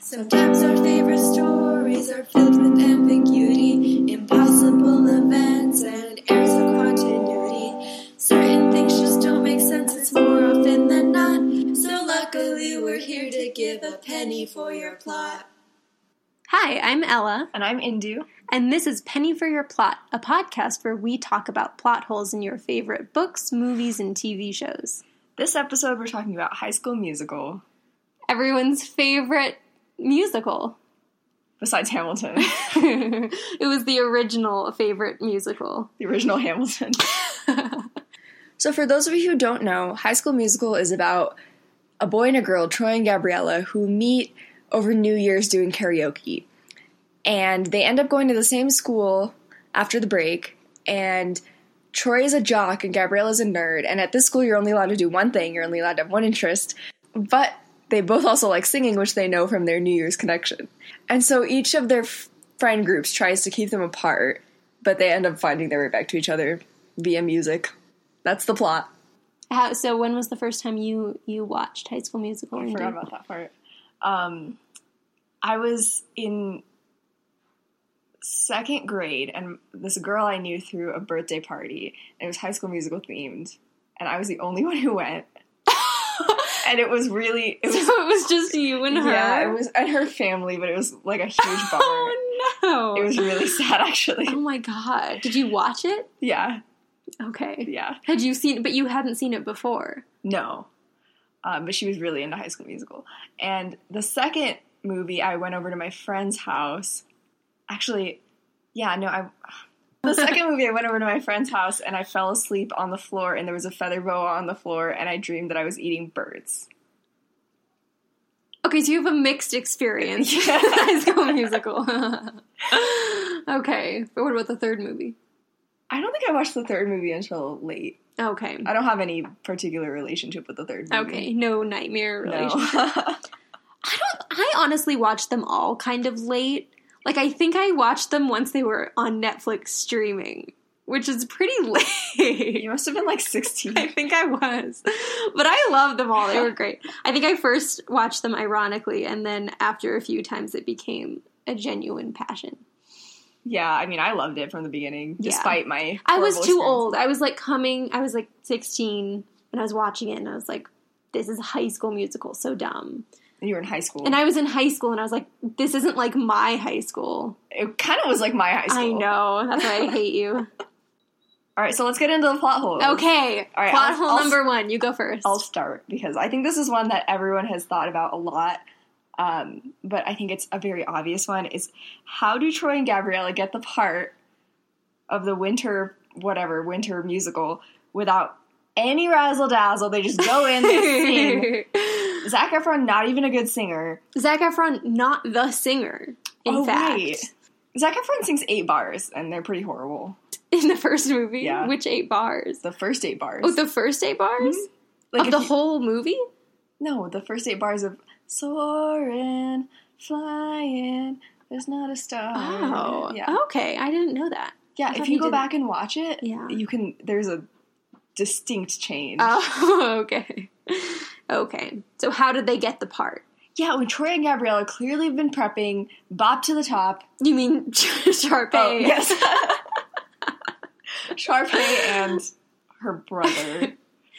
Sometimes our favorite stories are filled with ambiguity, impossible events, and errors of continuity. Certain things just don't make sense, it's more often than not. So luckily, we're here to give a penny for your plot. Hi, I'm Ella, And I'm Indu. and this is Penny for Your Plot, a podcast where we talk about plot holes in your favorite books, movies, and TV shows. This episode, we're talking about High School Musical, Everyone's favorite musical. besides Hamilton, it was the original favorite musical. the original Hamilton. so, for those of you who don't know, High School Musical is about a boy and a girl, Troy and Gabriella, who meet over New Year's doing karaoke. And they end up going to the same school after the break, and Troy is a jock and Gabriella's a nerd. And at this school, you're only allowed to do one thing, you're only allowed to have one interest. But they both also like singing, which they know from their New Year's connection. And so each of their f- friend groups tries to keep them apart, but they end up finding their way back to each other via music. That's the plot. How, so, when was the first time you you watched High School Musical? I Andy? forgot about that part. Um, I was in second grade, and this girl I knew threw a birthday party, and it was High School Musical themed, and I was the only one who went. and it was really, it So was it was just you and her. yeah, it was and her family, but it was like a huge bummer. Oh no! It was really sad, actually. Oh my god! Did you watch it? Yeah, Okay. yeah. Had you seen? But you hadn't seen it before. No. Um, but she was really into High School Musical. And the second movie, I went over to my friend's house. Actually, yeah, no, I. The second movie, I went over to my friend's house and I fell asleep on the floor, and there was a feather boa on the floor, and I dreamed that I was eating birds. Okay, so you have a mixed experience with Yeah. High School Musical. okay, but what about the third movie? I don't think I watched the third movie until late. Okay, I don't have any particular relationship with the third movie. okay, no nightmare relationship. No. I don't. I honestly watched them all kind of late. Like I think I watched them once they were on Netflix streaming, which is pretty late. you must have been like 16. I think I was, but I loved them all. They were great. I think I first watched them ironically, and then after a few times, it became a genuine passion. yeah, I mean, I loved it from the beginning, Yeah. despite my. I was horrible too experience. old. I was like coming, I was like 16 and I was watching it and I was like, this is high school musical, so dumb. You were in high school. And I was in high school and I was like, this isn't like my high school. It kind of was like my high school. I know. That's why I hate you. All right, so let's get into the plot holes. Okay. All right, plot I'll- hole I'll- number one. You go 1st I'll start because I think this is one that everyone has thought about a lot. Um, but I think it's a very obvious one is how do Troy and Gabriella get the part of the winter whatever winter musical without any razzle dazzle? They just go in, they sing. Zac Efron, not even a good singer. Zach Efron, not the singer. In Oh, fact, right. Zac Efron sings eight bars, and they're pretty horrible. in the first movie, Yeah. which eight bars? The first eight bars. Oh, the first eight bars like of if the you- whole movie. No, the first eight bars of soaring, flying. There's not a star. Oh, Uh, yeah, okay. I didn't know that. yeah. thought If he you go did- back and watch it, Yeah. you can. There's a distinct change. Oh, okay. Okay. So how did they get the part? yeah, when Troy and Gabriella clearly have been prepping, bop to the top. You mean Sharpay? Oh, yes, Sharpay and her brother,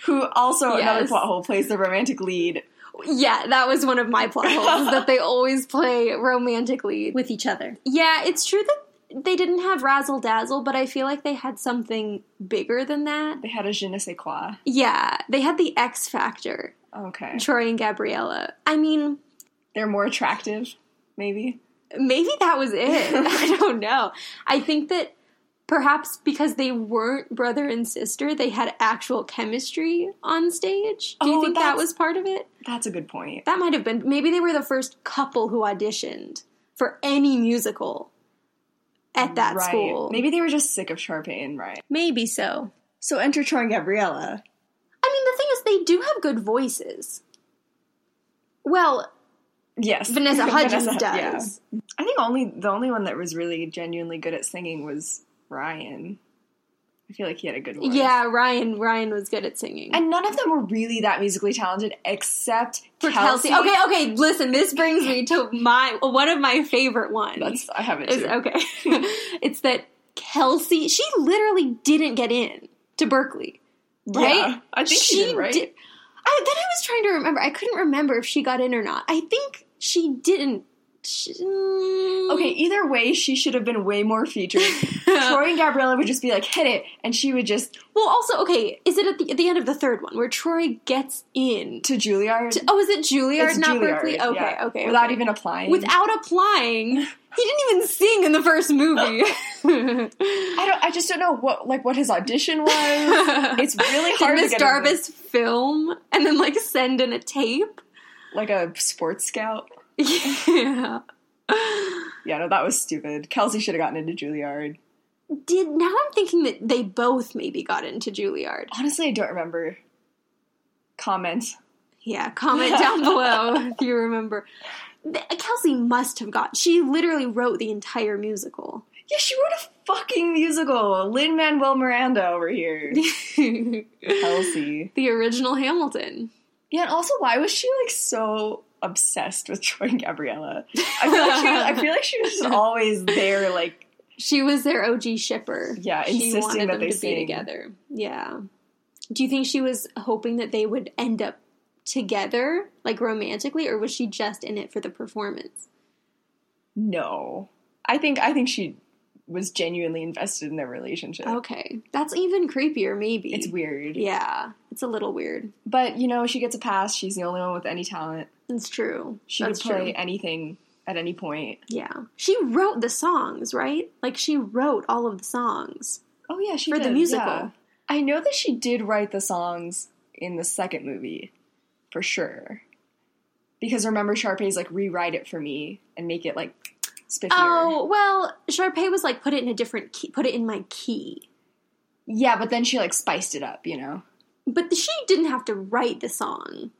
who also another Yes. plot hole plays the romantic lead. Yeah, that was one of my plot holes is that they always play romantically with each other. Yeah, it's true that they didn't have razzle dazzle, but I feel like they had something bigger than that. They had a je ne sais quoi. Yeah, they had the X factor. Okay, Troy and Gabriella. I mean, they're more attractive, maybe. maybe that was it. I don't know. I think that perhaps because they weren't brother and sister, they had actual chemistry on stage. Do you Oh, think that that's- was part of it? That's a good point. That might have been. Maybe they were the first couple who auditioned for any musical at that right. school. Maybe they were just sick of Sharpay and Ryan. Maybe so. So enter Troy and Gabriella. I mean, the thing is, they do have good voices. Well, Yes, Vanessa Hudgens yeah. does. I think only the only one that was really genuinely good at singing was Ryan. I feel like he had a good voice. Yeah, Ryan Ryan was good at singing. And none of them were really that musically talented except for Kelsey. Okay, okay, listen, this brings me to my one of my favorite ones. That's I have it Oh, Is- too. okay. it's that Kelsey, she literally didn't get in to Berkeley, right? Yeah, I think she, did, right? di- I, then I was trying to remember. I couldn't remember if she got in or not. I think she didn't. She- mm. Okay, either way, she should have been way more featured. Troy and Gabriella would just be like, hit it, and she would just Well, also, okay, is it at the, at the end of the third one where Troy gets in? to Juilliard. To, oh, is it Juilliard, It's not Juilliard, Berkeley? Okay, yeah, okay. Without okay. even applying. without applying, he didn't even sing in the first movie. I don't I just don't know what like what his audition was. it's really Did hard Miss to get over- Jarvis film and then like send in a tape? like a sports scout. Yeah. Yeah, no, that was stupid. Kelsey should have gotten into Juilliard. Did now I'm thinking that they both maybe got into Juilliard. Honestly, I don't remember. Comment. Yeah, comment down below if you remember. Th- Kelsey must have got. She literally wrote the entire musical. Yeah, she wrote a fucking musical. Lin Manuel Miranda over here. the Kelsey. original Hamilton. Yeah, and also, why was she like so obsessed with Troy and Gabriella? I feel like she, I feel like she was just always there. Like, She was their OG shipper. Yeah, she insisting wanted that them they to sing. be together. Yeah. Do you think she was hoping that they would end up together, like romantically, or was she just in it for the performance? no, I think I think she was genuinely invested in their relationship. Okay, that's even creepier. Maybe It's weird, Yeah, it's a little weird. but you know, she gets a pass. She's the only one with any talent. It's true. She that's could play true. anything at any point. Yeah, she wrote the songs, right? Like she wrote all of the songs. Oh yeah, she For the did, musical. yeah. I know that she did write the songs in the second movie, for sure. Because remember, Sharpay's like rewrite it for me and make it like spiffier. Oh well, Sharpay was like, put it in a different key. Put it in my key. yeah, but then she like spiced it up, you know. But she didn't have to write the song.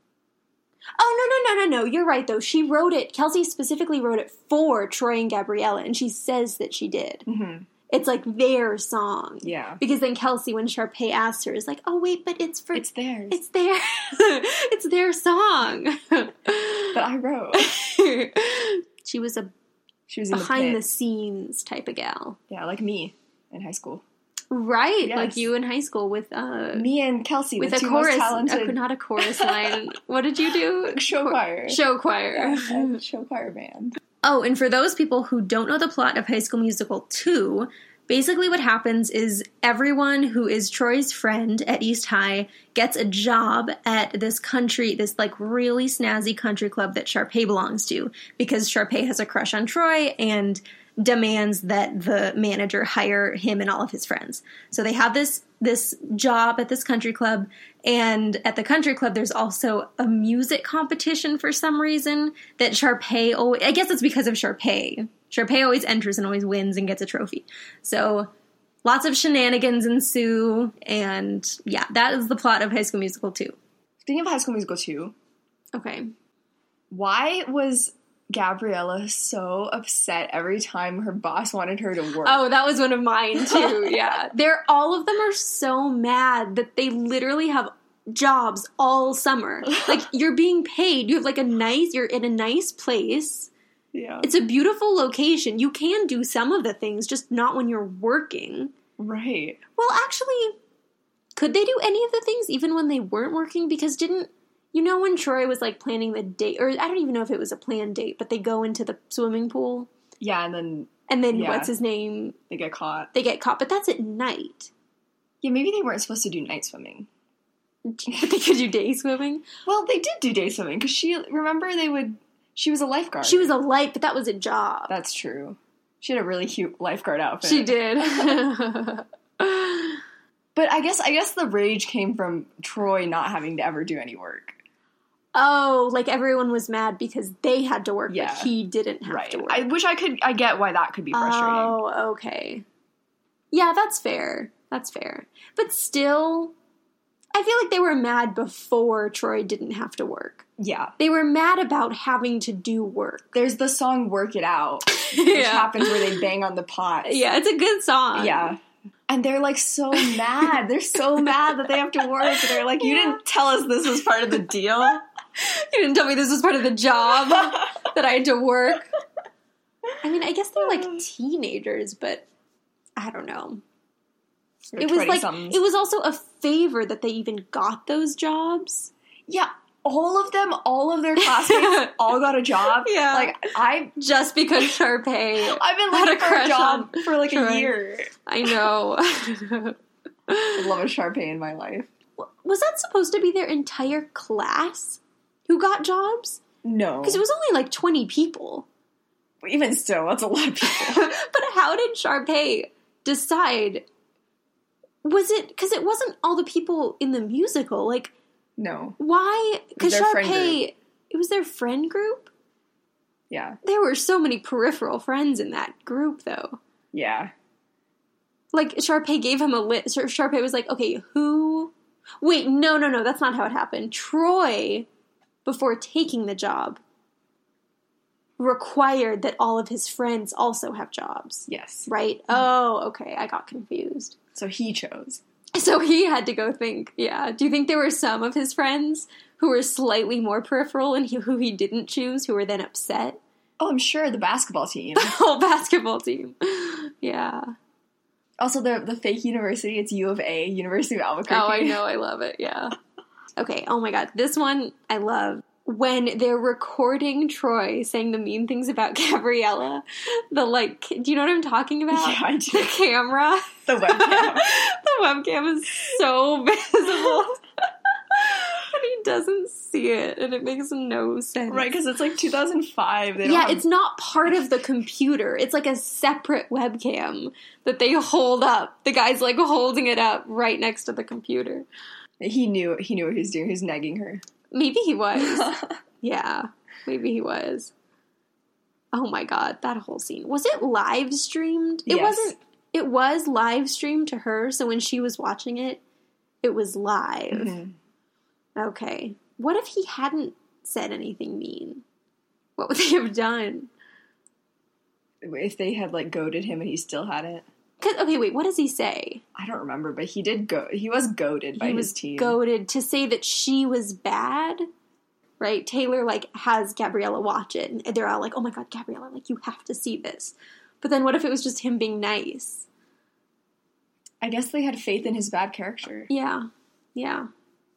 Oh no no no no no! You're right though. She wrote it. Kelsey specifically wrote it for Troy and Gabriella, and she says that she did. Mm-hmm. It's like their song. Yeah, Because then Kelsey, when Sharpay asked her, is like, "Oh wait, but it's for it's theirs. it's their it's their song." that I wrote. she was a She was in behind the the pit. scenes type of gal, Yeah, like me in high school. right? Like Yes. you in high school with uh Me and Kelsey, with the a two chorus, most a, talented not a chorus line. what did you do? show choir. Show choir. Yeah, and show choir band. Oh, and for those people who don't know the plot of High School Musical 2, basically what happens is everyone who is Troy's friend at East High gets a job at this country, this like really snazzy country club that Sharpay belongs to because Sharpay has a crush on Troy and demands that the manager hire him and all of his friends. So they have this this job at this country club and at the country club there's also a music competition for some reason that Sharpay always, I guess it's because of Sharpay. Sharpay always enters and always wins and gets a trophy. So lots of shenanigans ensue and yeah, that is the plot of High School Musical 2. Speaking of High School Musical two, Okay. why was Gabriella so upset every time her boss wanted her to work? Oh, that was one of mine too. Yeah. They're all of them are so mad that they literally have jobs all summer. Like you're being paid. You have like a nice you're in a nice place. yeah, It's a beautiful location. You can do some of the things, just not when you're working. right. Well, actually, could they do any of the things even when they weren't working? Because didn't you know when Troy was like planning the date, or I don't even know if it was a planned date, but they go into the swimming pool Yeah, and then and then Yeah. what's his name? they get caught. They get caught, but that's at night. Yeah, maybe they weren't supposed to do night swimming. But they could do day swimming. Well, they did do day swimming because she remember they would. She was a lifeguard. She was a light, but that was a job. That's true. She had a really cute lifeguard outfit. She did. But I guess I guess the rage came from Troy not having to ever do any work. oh, like everyone was mad because they had to work, Yeah. but he didn't have Right. to work. I wish I could I get why that could be frustrating. Oh, okay. Yeah, that's fair. That's fair. But still, I feel like they were mad before Troy didn't have to work. Yeah. They were mad about having to do work. There's the song Work It Out, which happens where they bang on the pot. yeah, it's a good song. Yeah. And they're like so mad. They're so mad that they have to work. They're like, you didn't tell us this was part of the deal. Um, You didn't tell me this was part of the job that I had to work. I mean, I guess they're like teenagers, but I don't know. It was like it was also a favor that they even got those jobs. yeah, all of them, all of their classmates, all got a job. Yeah. like I, Just because Sharpay, I've been Had looking a for a crush job on for like a Troy. year. I know. I love a Sharpay in my life. was that supposed to be their entire class who got jobs? No, Because it was only like 20 people. even still, that's a lot of people. but how did Sharpay decide? Was it because it wasn't all the people in the musical? Like, no, why? Because Their friend Sharpay, it was their friend group. yeah, There were so many peripheral friends in that group, though. yeah, Like Sharpay gave him a list. Sharpay was like, "Okay, who? Wait, no, no, no. That's not how it happened. Troy, before taking the job, required that all of his friends also have jobs, yes. right? Oh, okay. I got confused. So he chose. So he had to go think. Yeah. Do you think there were some of his friends who were slightly more peripheral and he, who he didn't choose, who were then upset? Oh, I'm sure the basketball team. The whole basketball team. Yeah. also, the the fake university. It's U of A, University of Albuquerque. Oh, I know. I love it. Yeah. Okay. Oh my God. This one I love. When they're recording Troy saying the mean things about Gabriella, the like, do you know what I'm talking about? Yeah, I The do. camera. the webcam. the webcam is so visible. and he doesn't see it, and it makes no sense. Right, because it's like 2005. They don't Yeah, have- it's not part of the computer. It's like a separate webcam that they hold up. The guy's like holding it up right next to the computer. he knew he knew what he was doing. He was nagging her. Maybe he was. yeah, maybe he was. Oh my god, that whole scene. Was it live streamed? It Yes. wasn't it was live streamed to her, so when she was watching it, it was live. Mm-hmm. Okay. What if he hadn't said anything mean? What would they have done? If they had like goaded him and he still hadn't, Cause okay, wait, what does he say? I don't remember. But he did go. He was goaded by he his was team. goaded to say that she was bad. Right? Taylor like has Gabriella watch it and they're all like, Oh my god, Gabriella, like you have to see this. But then what if it was just him being nice? I guess they had faith in his bad character. Yeah. Yeah.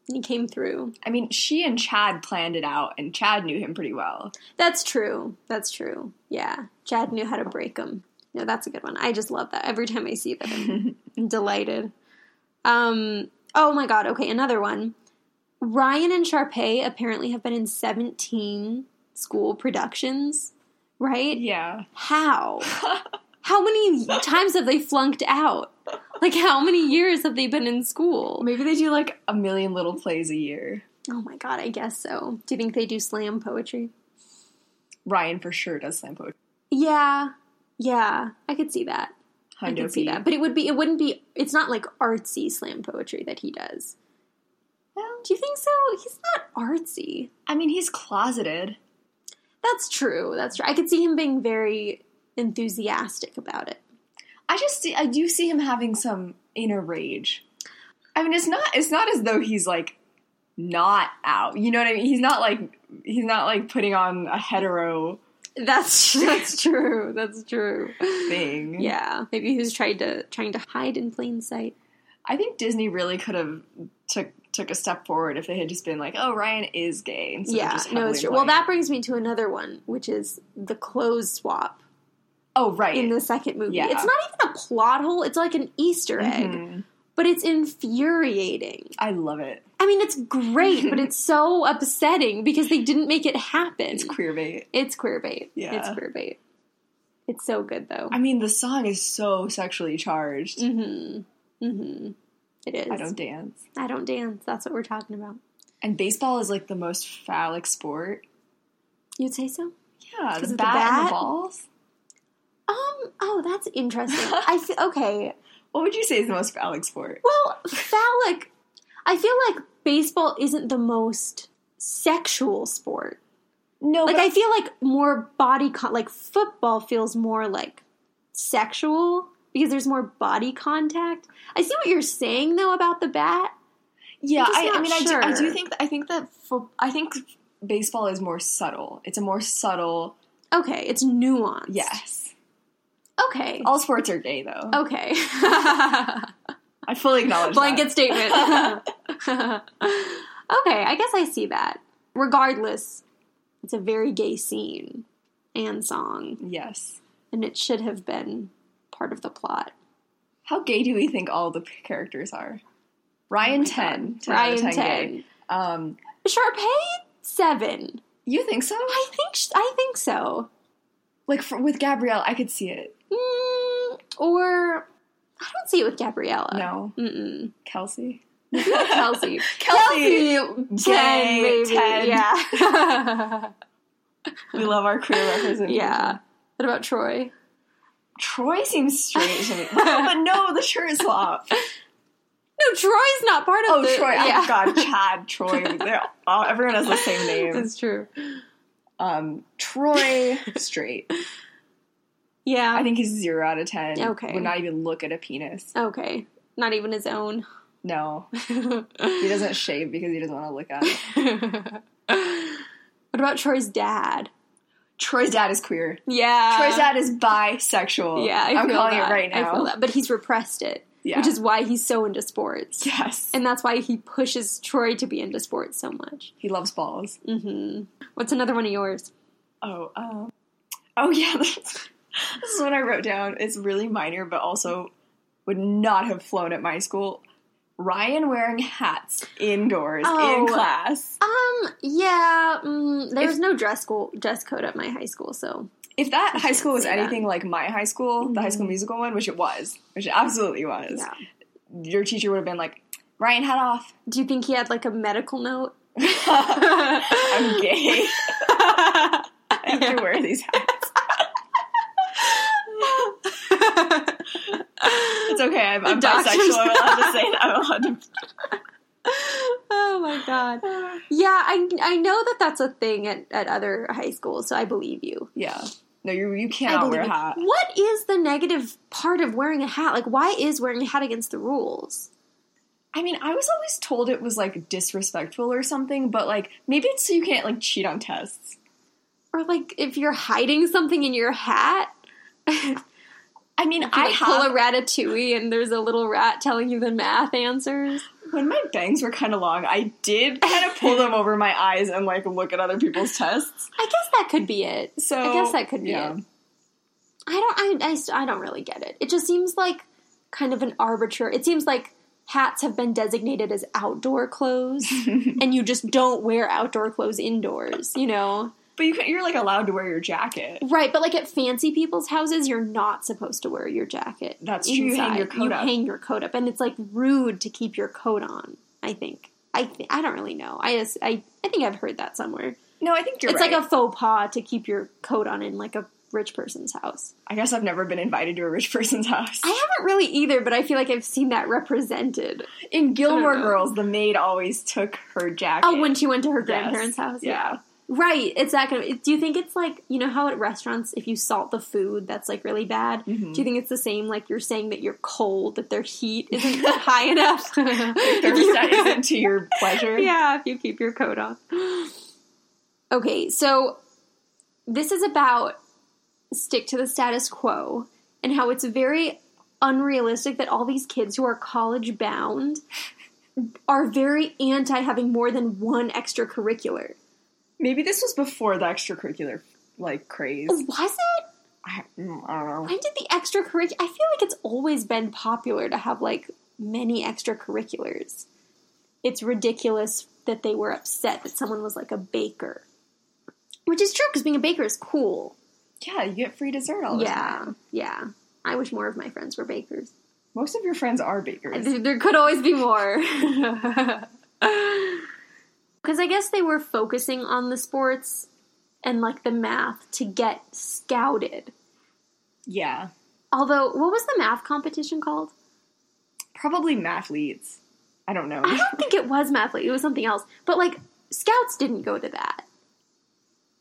And he came through. I mean, she and Chad planned it out, and Chad knew him pretty well. That's true. That's true. Yeah. Chad knew how to break them. No, that's a good one. I just love that. Every time I see them, I'm delighted. Um, oh my God. Okay, another one. Ryan and Sharpay apparently have been in 17 school productions, right? Yeah, How? How many times have they flunked out? Like, how many years have they been in school? maybe they do like a million little plays a year. Oh my God, I guess so. Do you think they do slam poetry? Ryan for sure does slam poetry. Yeah. Yeah. I could see that. I Hundo can see P. that, but it would be it wouldn't be. It's not like artsy slam poetry that he does. Well, Do you think so? He's not artsy. I mean, he's closeted. That's true. That's true. I could see him being very enthusiastic about it. I just see, I do see him having some inner rage. I mean, it's not it's not as though he's like not out. You know what I mean? He's not like he's not like putting on a hetero That's that's true. That's true. thing. Yeah, maybe he was trying to trying to hide in plain sight. I think Disney really could have took took a step forward if they had just been like, "Oh, Ryan is gay." Instead of yeah, just no, heavily it's true. Well, implying- that brings me to another one, which is the clothes swap oh right, in the second movie. Yeah. It's not even a plot hole. It's like an Easter egg, Mhm. but it's infuriating. I love it. I mean, it's great, but it's so upsetting because they didn't make it happen. It's queer bait. It's queer bait. Yeah. It's queer bait. It's so good, though. I mean, the song is so sexually charged. Mm hmm. Mm hmm. It is. I don't dance. I don't dance. That's what we're talking about. And baseball is like the most phallic sport. You'd say so? Yeah, the of bat, the and the bat? balls. Um, oh, that's interesting. I feel, okay. What would you say is the most phallic sport? Well, phallic. I feel like baseball isn't the most sexual sport. No, Like, I feel like more body, con- like football feels more like sexual. because there's more body contact. I see what you're saying though about the bat. Yeah, just I, I not mean, I do. I do sure. think. I think that. Fo- I think baseball is more subtle. It's a more subtle. Okay, it's nuanced. Yes. Okay. All sports are gay, though. Okay. I fully acknowledge. Blanket that. statement. okay, I guess I see that. Regardless, it's a very gay scene and song, Yes. and it should have been part of the plot. How gay do we think all the p- characters are? Ryan ten. 10 out of Ryan 10 gay. ten. Um, Sharpay seven. you think so? I think sh- I think so. Like for, with Gabrielle, I could see it. Mm, or I don't see it with Gabriella. no, Mm-mm. Kelsey. Kelsey. Kelsey. Ten, Gay, maybe. 10. Yeah. We love our queer representation. yeah. What about Troy? Troy seems straight to me. Wow, but no, the shirt swap. No, Troy's not part of Oh, the. Troy. Yeah. Oh, God, Chad, Troy. They're all, everyone has the same name. That's true. Um, Troy, straight. Yeah. I think he's zero out of ten. Okay. Would not even look at a penis. okay. Not even his own. No. He he doesn't shave because he doesn't want to look at it. what about Troy's dad? Troy's dad is queer. Yeah. Troy's dad is bisexual. Uh, Yeah, I am feel calling that. it right now. I feel that. But he's repressed it, Yeah. which is why he's so into sports. yes. And that's why he pushes Troy to be into sports so much. he loves balls. Mm-hmm. hmm What's another one of yours? Oh, um, oh yeah. This this is what I wrote down. It's really minor, but also would not have flown at my school. Ryan wearing hats indoors Oh. in class. Um, yeah, mm, there was no dress school dress code at my high school, so If that Mm-hmm. high can't school was say that. anything like my high school, the High School Mhm. Musical one, which it was, which it absolutely was, yeah. your teacher would have been like, "Ryan, hat off. Do you think he had like a medical note? I'm gay. I have to wear these hats. It's okay. I'm, The I'm doctor's bisexual. I'm allowed to say that. I'm allowed to oh my god. Yeah, I I know that that's a thing at, at other high schools, so I believe you. Yeah. No, you you I cannot believe wear a you. hat. What is the negative part of wearing a hat? Like, why is wearing a hat against the rules? I mean, I was always told it was like disrespectful or something, but like maybe it's so you can't like cheat on tests. Or like, if you're hiding something in your hat, I mean, I I pull have a ratatouille and there's a little rat telling you the math answers. when my bangs were kind of long, I did kind of pull them over my eyes and like look at other people's tests. I guess that could be it. So I guess that could be yeah. it. I don't. I, I st- I don't really get it. It just seems like kind of an arbitrary. It seems like hats have been designated as outdoor clothes, and you just don't wear outdoor clothes indoors. You know, But you can, you're like allowed to wear your jacket. right? But like at fancy people's houses, you're not supposed to wear your jacket. That's true, you hang your inside. coat You up. hang your coat up, and it's like rude to keep your coat on. I think. I th- I don't really know. I just, I I think I've heard that somewhere. No, I think you're it's right. like a faux pas to keep your coat on in like a rich person's house. I guess I've never been invited to a rich person's house. I haven't really either, but I feel like I've seen that represented. In Gilmore know. Girls, the maid always took her jacket. Oh, when she went to her Yes. grandparents' house, yeah. right. It's that kind of. Do you think it's like you know how at restaurants if you salt the food that's like really bad? Mhm. Do you think it's the same? Like you're saying that you're cold, that their heat isn't high enough. If Their you- set isn't to your pleasure. yeah, if you keep your coat on. Okay, so this is about stick to the status quo and how it's very unrealistic that all these kids who are college bound are very anti having more than one extracurricular. Maybe this was before the extracurricular like craze. Was it? I, mm, I don't know. When did the extracurricular? I feel like it's always been popular to have like many extracurriculars. It's ridiculous that they were upset that someone was like a baker, which is true because being a baker is cool. Yeah, you get free dessert all the yeah, time. yeah. I wish more of my friends were bakers. Most of your friends are bakers. There there could always be more. Because I guess they were focusing on the sports and like the math to get scouted. yeah. Although, what was the math competition called? Probably mathletes. I don't know. I don't think it was Mathlete. It was something else. But like, scouts didn't go to that.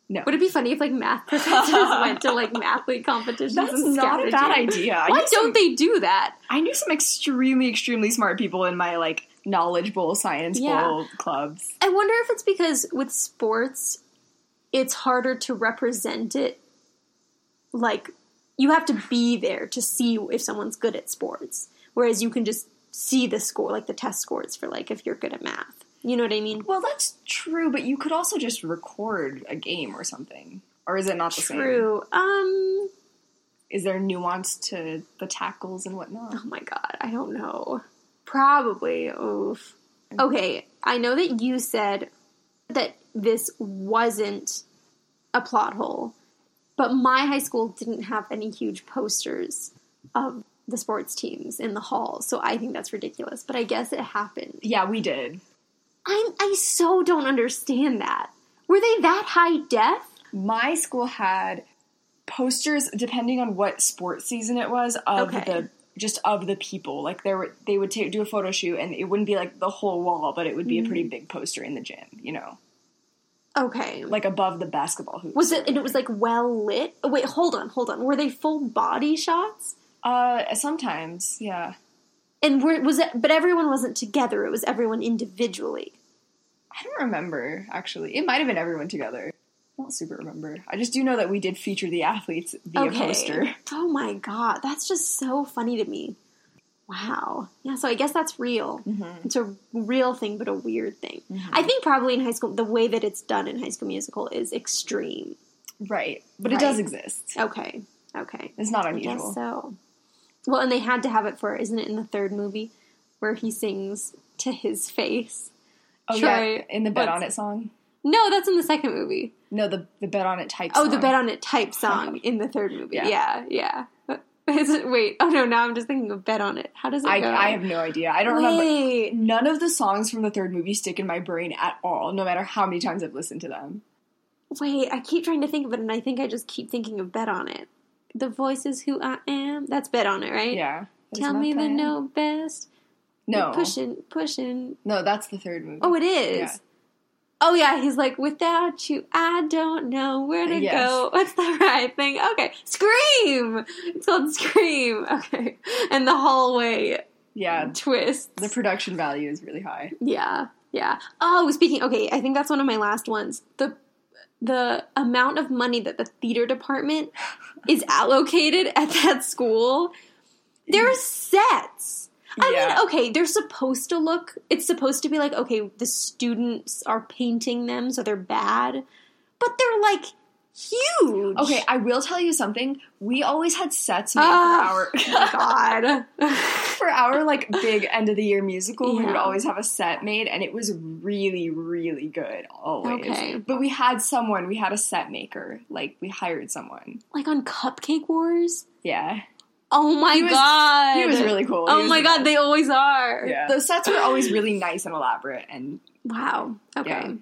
No. Would it be funny if like math professors went to like math league competitions That's and not a strategy? bad idea. I Why knew some- don't they do that? I knew some extremely, extremely smart people in my like knowledge bowl, science Yeah. bowl clubs. I wonder if it's because with sports, it's harder to represent it. Like, you have to be there to see if someone's good at sports, whereas you can just see the score, like the test scores for like if you're good at math. You know what I mean? Well, that's true, but you could also just record a game or something. Or is it not the same? True. Um. Is there nuance to the tackles and whatnot? Oh my god, I don't know. Probably. Oof. Okay, I know that you said that this wasn't a plot hole, but my high school didn't have any huge posters of the sports teams in the hall, so I think that's ridiculous. But I guess it happened. Yeah, we did. I I so don't understand that. Were they that high def? My school had posters, depending on what sports season it was, of Okay. the just of the people. Like there, were, they would ta- do a photo shoot, and it wouldn't be like the whole wall, but it would be a Mm. pretty big poster in the gym. You know, Okay. like above the basketball hoop. Was it and it was like well lit? Oh, wait, hold on, hold on. Were they full body shots? Uh, sometimes, yeah. And were, was it? But everyone wasn't together. It was everyone individually. I don't remember actually. It might have been everyone together. I don't super remember. I just do know that we did feature the athletes via poster. Oh my god, that's just so funny to me. Wow. Yeah. So I guess that's real. It's a real thing, but a weird thing. I think probably in high school, the way that it's done in High School Musical is extreme. Right, but Right. it does exist. Okay. Okay. It's not I guess unusual. so. Well, and they had to have it for isn't it in the third movie where he sings to his face? Oh yeah, Troy, in the bet what's- on it song. No, that's in the second movie. No, the the bet on it type. Oh, song. the bet on it type song in the third movie. Yeah. Yeah, yeah. Is it, wait, oh no, now I'm just thinking of bet on it. How does it I, go? I have no idea. I don't remember. Wait. None of the songs from the third movie stick in my brain at all, no matter how many times I've listened to them. Wait, I keep trying to think of it, and I think I just keep thinking of bet on it. The voice is who I am. That's bet on it, right? Yeah. That's Tell my me the plan. no best. No. Pushing, pushing. No, that's the third movie. Oh, it is. Yeah. Oh yeah, he's like, without you, I don't know where to Yes. go. What's the right thing? Okay, scream. It's called scream. Okay, and the hallway Yeah. twists. The production value is really high. Yeah, yeah. Oh, speaking. Okay, I think that's one of my last ones. The the amount of money that the theater department is allocated at that school. There are sets. I Yeah. mean, okay, they're supposed to look. It's supposed to be like okay, the students are painting them, so they're bad, but they're like huge. Okay, I will tell you something. We always had sets made Ah, for our oh my God. for our like big end of the year musical. We would Yeah. always have a set made, and it was really, really good always. Okay. But we had someone. We had a set maker. Like we hired someone. like on Cupcake Wars. Yeah. Oh my was- god, he was really cool. He Oh was my the god, they always are. The sets were always really nice and elaborate, and Wow. Okay. Yeah.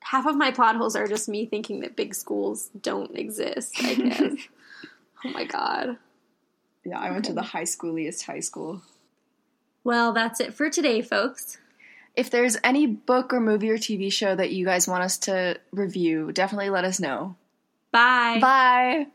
Half of my plot holes are just me thinking that big schools don't exist, I guess. oh my god. yeah, I went to the high schooliest high school. Well, that's it for today, folks. If there's any book or movie or TV show that you guys want us to review, definitely let us know. Bye.